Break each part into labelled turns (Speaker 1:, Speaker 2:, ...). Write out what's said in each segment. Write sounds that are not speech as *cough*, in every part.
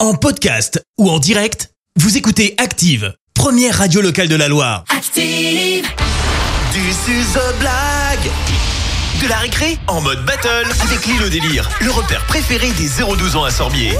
Speaker 1: En podcast ou en direct, vous écoutez Active, première radio locale de la Loire.
Speaker 2: Active,
Speaker 3: Du suzo blague De la récré en mode battle avec Lilo Délire, le repère préféré des 0-12 ans à Sorbier.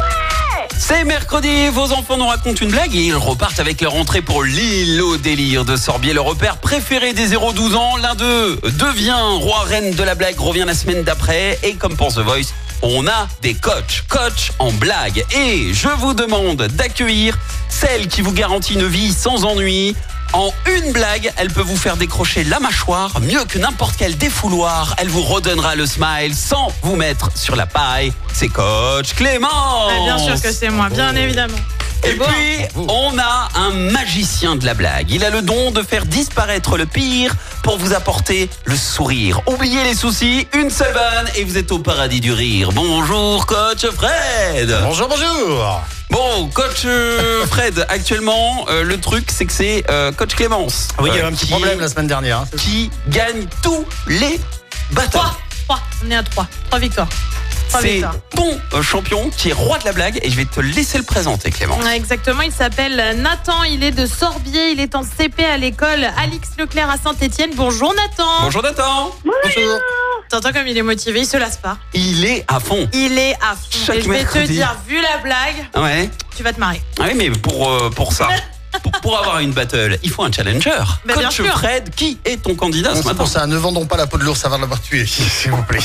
Speaker 4: C'est mercredi, vos enfants nous racontent une blague et ils repartent avec leur entrée pour l'île au délire de Sorbier, le repère préféré des 0-12 ans. L'un d'eux devient roi-reine de la blague, revient la semaine d'après et comme pense The Voice, on a des coachs, coachs en blague. Et je vous demande d'accueillir celle qui vous garantit une vie sans ennui. En une blague, elle peut vous faire décrocher la mâchoire mieux que n'importe quel défouloir. Elle vous redonnera le smile sans vous mettre sur la paille. C'est coach Clément
Speaker 5: Ah, bien sûr que c'est moi,
Speaker 4: Oh.
Speaker 5: bien évidemment.
Speaker 4: et puis, on a un magicien de la blague. Il a le don de faire disparaître le pire pour vous apporter le sourire. Oubliez les soucis, une seule vanne et vous êtes au paradis du rire. Bonjour, coach Fred
Speaker 6: Bonjour, bonjour
Speaker 4: Bon, coach euh, Fred, actuellement, euh, le truc, c'est que c'est euh, coach Clémence.
Speaker 6: Oui, il y
Speaker 4: euh,
Speaker 6: a eu un petit
Speaker 4: qui-
Speaker 6: problème la semaine dernière. hein.
Speaker 4: Qui gagne tous les batailles.
Speaker 5: 3, 3, on est à 3. 3 victoires. 3
Speaker 4: C'est
Speaker 5: victoires.
Speaker 4: ton euh, champion qui est roi de la blague et je vais te laisser le présenter, Clémence.
Speaker 5: Ouais, Exactement, il s'appelle Nathan, il est de Sorbier, il est en CP à l'école Alix Leclerc à Saint-Etienne. Bonjour Nathan
Speaker 4: Bonjour Nathan
Speaker 6: Bonjour.
Speaker 5: T'entends comme il est motivé, il se lasse pas.
Speaker 4: Il est à fond.
Speaker 5: Il est à fond.
Speaker 4: Chaque
Speaker 5: Et je vais te
Speaker 4: mercredi.
Speaker 5: dire, vu la blague,
Speaker 4: Ouais.
Speaker 5: tu vas te marrer.
Speaker 4: Ah Oui, mais pour, euh, pour ça, pour, pour avoir une battle, il faut un challenger.
Speaker 5: Bah, bien
Speaker 4: Coach
Speaker 5: sûr.
Speaker 4: Fred, qui est ton candidat ce
Speaker 6: Merci
Speaker 4: matin
Speaker 6: pour ça. Ne vendons pas la peau de l'ours avant de l'avoir tué, *laughs* s'il vous plaît.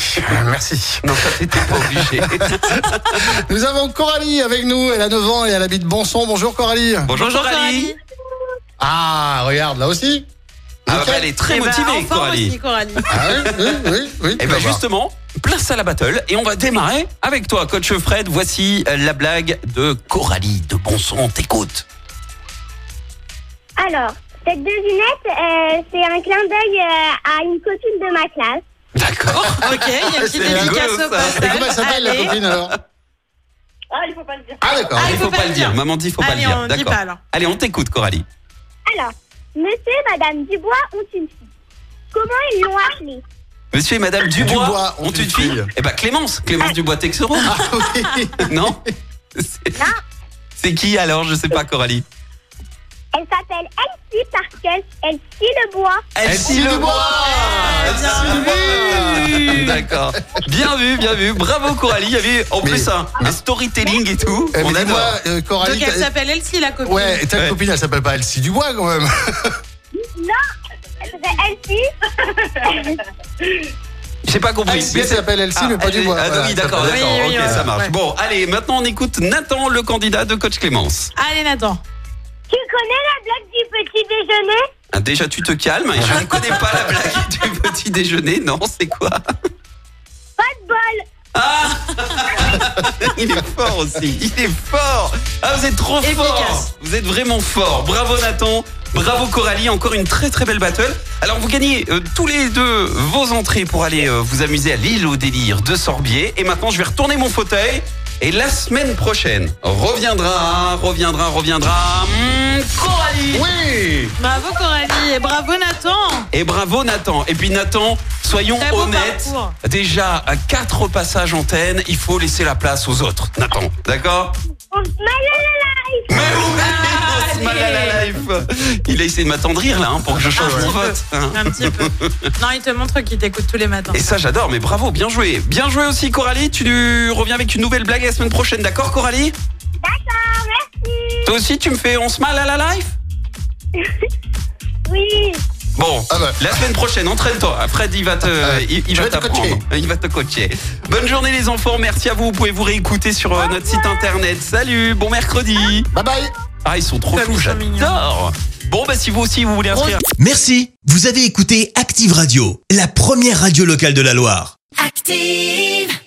Speaker 6: Merci.
Speaker 4: Non, ça t'étais pas
Speaker 6: *laughs*
Speaker 4: obligé.
Speaker 6: Nous avons Coralie avec nous. Elle a 9 ans et elle habite Bonson. Bonjour Coralie.
Speaker 4: Bonjour, Coralie.
Speaker 5: Coralie.
Speaker 6: Ah, regarde, là aussi.
Speaker 4: Ah,
Speaker 6: Nickel.
Speaker 4: bah, elle est très
Speaker 5: Eh ben, en
Speaker 4: motivée,
Speaker 5: forme
Speaker 4: Coralie.
Speaker 5: aussi, Coralie.
Speaker 6: Ah oui, oui, oui, oui.
Speaker 4: Et
Speaker 6: tu vas
Speaker 4: bien
Speaker 6: voir.
Speaker 4: justement, place à la battle et on va démarrer avec toi, coach Fred. Voici euh, la blague de Coralie de Bonson. T'écoutes.
Speaker 7: Alors, cette devinette, euh, c'est un clin d'œil euh, à une copine de ma classe.
Speaker 4: D'accord.
Speaker 5: Ok, il y a une
Speaker 4: *laughs*
Speaker 5: petite
Speaker 4: C'est
Speaker 5: dédicace
Speaker 4: rigolo,
Speaker 5: au
Speaker 4: ça.
Speaker 5: passage.
Speaker 6: Et comment elle s'appelle la
Speaker 5: Allez.
Speaker 6: copine alors
Speaker 7: Ah, il faut pas le dire.
Speaker 6: Ah d'accord.
Speaker 5: Ah,
Speaker 4: Il faut pas le dire. Maman dit faut pas le
Speaker 5: Allez,
Speaker 4: dire.
Speaker 5: on dit
Speaker 4: D'accord.
Speaker 5: pas alors.
Speaker 4: Allez, on t'écoute, Coralie.
Speaker 7: Alors, monsieur et madame Dubois ont une fille. Comment ils l'ont appelée
Speaker 4: Monsieur et Madame Dubois,
Speaker 6: Dubois
Speaker 4: ont une fille. Eh ben Clémence, Clémence Dubois Texero.
Speaker 6: Ah oui.
Speaker 4: *laughs* Non C'est- C'est qui alors Je sais pas, Coralie.
Speaker 7: Elle s'appelle Elsie parce qu'elle elle scie le bois.
Speaker 6: Elle scie le bois
Speaker 4: Elle scie le bois D'accord. Bien vu, bien vu. Bravo Coralie. Il y avait en
Speaker 6: Mais- ah.
Speaker 4: plus un, un storytelling et tout.
Speaker 6: Eh, mais
Speaker 4: On
Speaker 6: dis-moi,
Speaker 4: adore.
Speaker 6: euh, Coralie.
Speaker 5: Donc elle
Speaker 6: t'as-
Speaker 5: s'appelle Elsie, la copine.
Speaker 6: Ouais, et ta
Speaker 4: Ouais.
Speaker 6: copine, elle s'appelle pas Elsie Dubois quand même.
Speaker 7: Elle s'appelle Elsie. *laughs*
Speaker 4: J'ai pas compris.
Speaker 6: Elsie,
Speaker 4: Mais
Speaker 6: *laughs* elle
Speaker 4: c'est-
Speaker 6: s'appelle Elsie, mais pas
Speaker 4: elle-
Speaker 6: Dubois.
Speaker 4: ah,
Speaker 6: Voilà,
Speaker 4: oui,
Speaker 6: elle
Speaker 4: d'accord,
Speaker 6: s'appelle-
Speaker 4: d'accord.
Speaker 5: Oui, oui,
Speaker 4: ok,
Speaker 5: oui,
Speaker 4: ça
Speaker 5: ouais.
Speaker 4: marche.
Speaker 5: Ouais.
Speaker 4: Bon, allez, maintenant on écoute Nathan, le candidat de coach Clémence.
Speaker 5: Allez Nathan.
Speaker 7: Tu connais la blague du petit déjeuner
Speaker 4: Ah, Déjà, tu te calmes. Je ne connais pas la blague du petit déjeuner. Non, c'est quoi
Speaker 7: Pas de bol.
Speaker 4: Ah Il est fort aussi, il est fort Ah vous êtes trop fort
Speaker 5: Efficace.
Speaker 4: Vous êtes vraiment fort Bravo Nathan, bravo Coralie, encore une très très belle battle. Alors vous gagnez euh, tous les deux vos entrées pour aller euh, vous amuser à l'île au délire de Sorbier. Et maintenant je vais retourner mon fauteuil. Et la semaine prochaine, reviendra, reviendra, reviendra. hum, Coralie
Speaker 6: Oui.
Speaker 5: Bravo Coralie et bravo Nathan.
Speaker 4: et bravo Nathan. Et puis Nathan, soyons
Speaker 5: Très beau
Speaker 4: honnêtes.
Speaker 5: parcours.
Speaker 4: Déjà, à quatre passages antenne, il faut laisser la place aux autres. Nathan, d'accord
Speaker 7: On se mêle à la live.
Speaker 4: Mais oui, on se mal à la
Speaker 5: Allez.
Speaker 4: life. Il a essayé de m'attendrir là hein, pour que je change
Speaker 5: Un
Speaker 4: mon
Speaker 5: petit peu.
Speaker 4: vote. hein.
Speaker 5: Un petit
Speaker 4: *laughs*
Speaker 5: peu. Non, il te montre qu'il t'écoute tous les matins.
Speaker 4: Et ça j'adore, mais bravo, bien joué. Bien joué aussi Coralie, tu reviens avec une nouvelle blague la semaine prochaine, d'accord Coralie
Speaker 7: D'accord, merci.
Speaker 4: Toi aussi tu me fais on se mal à la life
Speaker 7: Oui.
Speaker 4: Bon,
Speaker 6: Ah bah.
Speaker 4: la semaine prochaine, entraîne-toi. Ah, Fred, il va te,
Speaker 6: Ouais.
Speaker 4: il, il
Speaker 6: Je
Speaker 4: va
Speaker 6: vais te
Speaker 4: t'apprendre. Il va te coacher. Bonne journée les enfants. Merci à vous. Vous pouvez vous réécouter sur euh, notre site internet. Salut. Bon mercredi.
Speaker 6: Bye bye.
Speaker 4: Ah, ils sont trop
Speaker 5: Comme
Speaker 4: chou.
Speaker 5: ils sont mignons.
Speaker 4: J'adore. Bon, bah si vous aussi vous voulez inscrire.
Speaker 1: Merci, vous avez écouté Active Radio, la première radio locale de la Loire.
Speaker 2: active.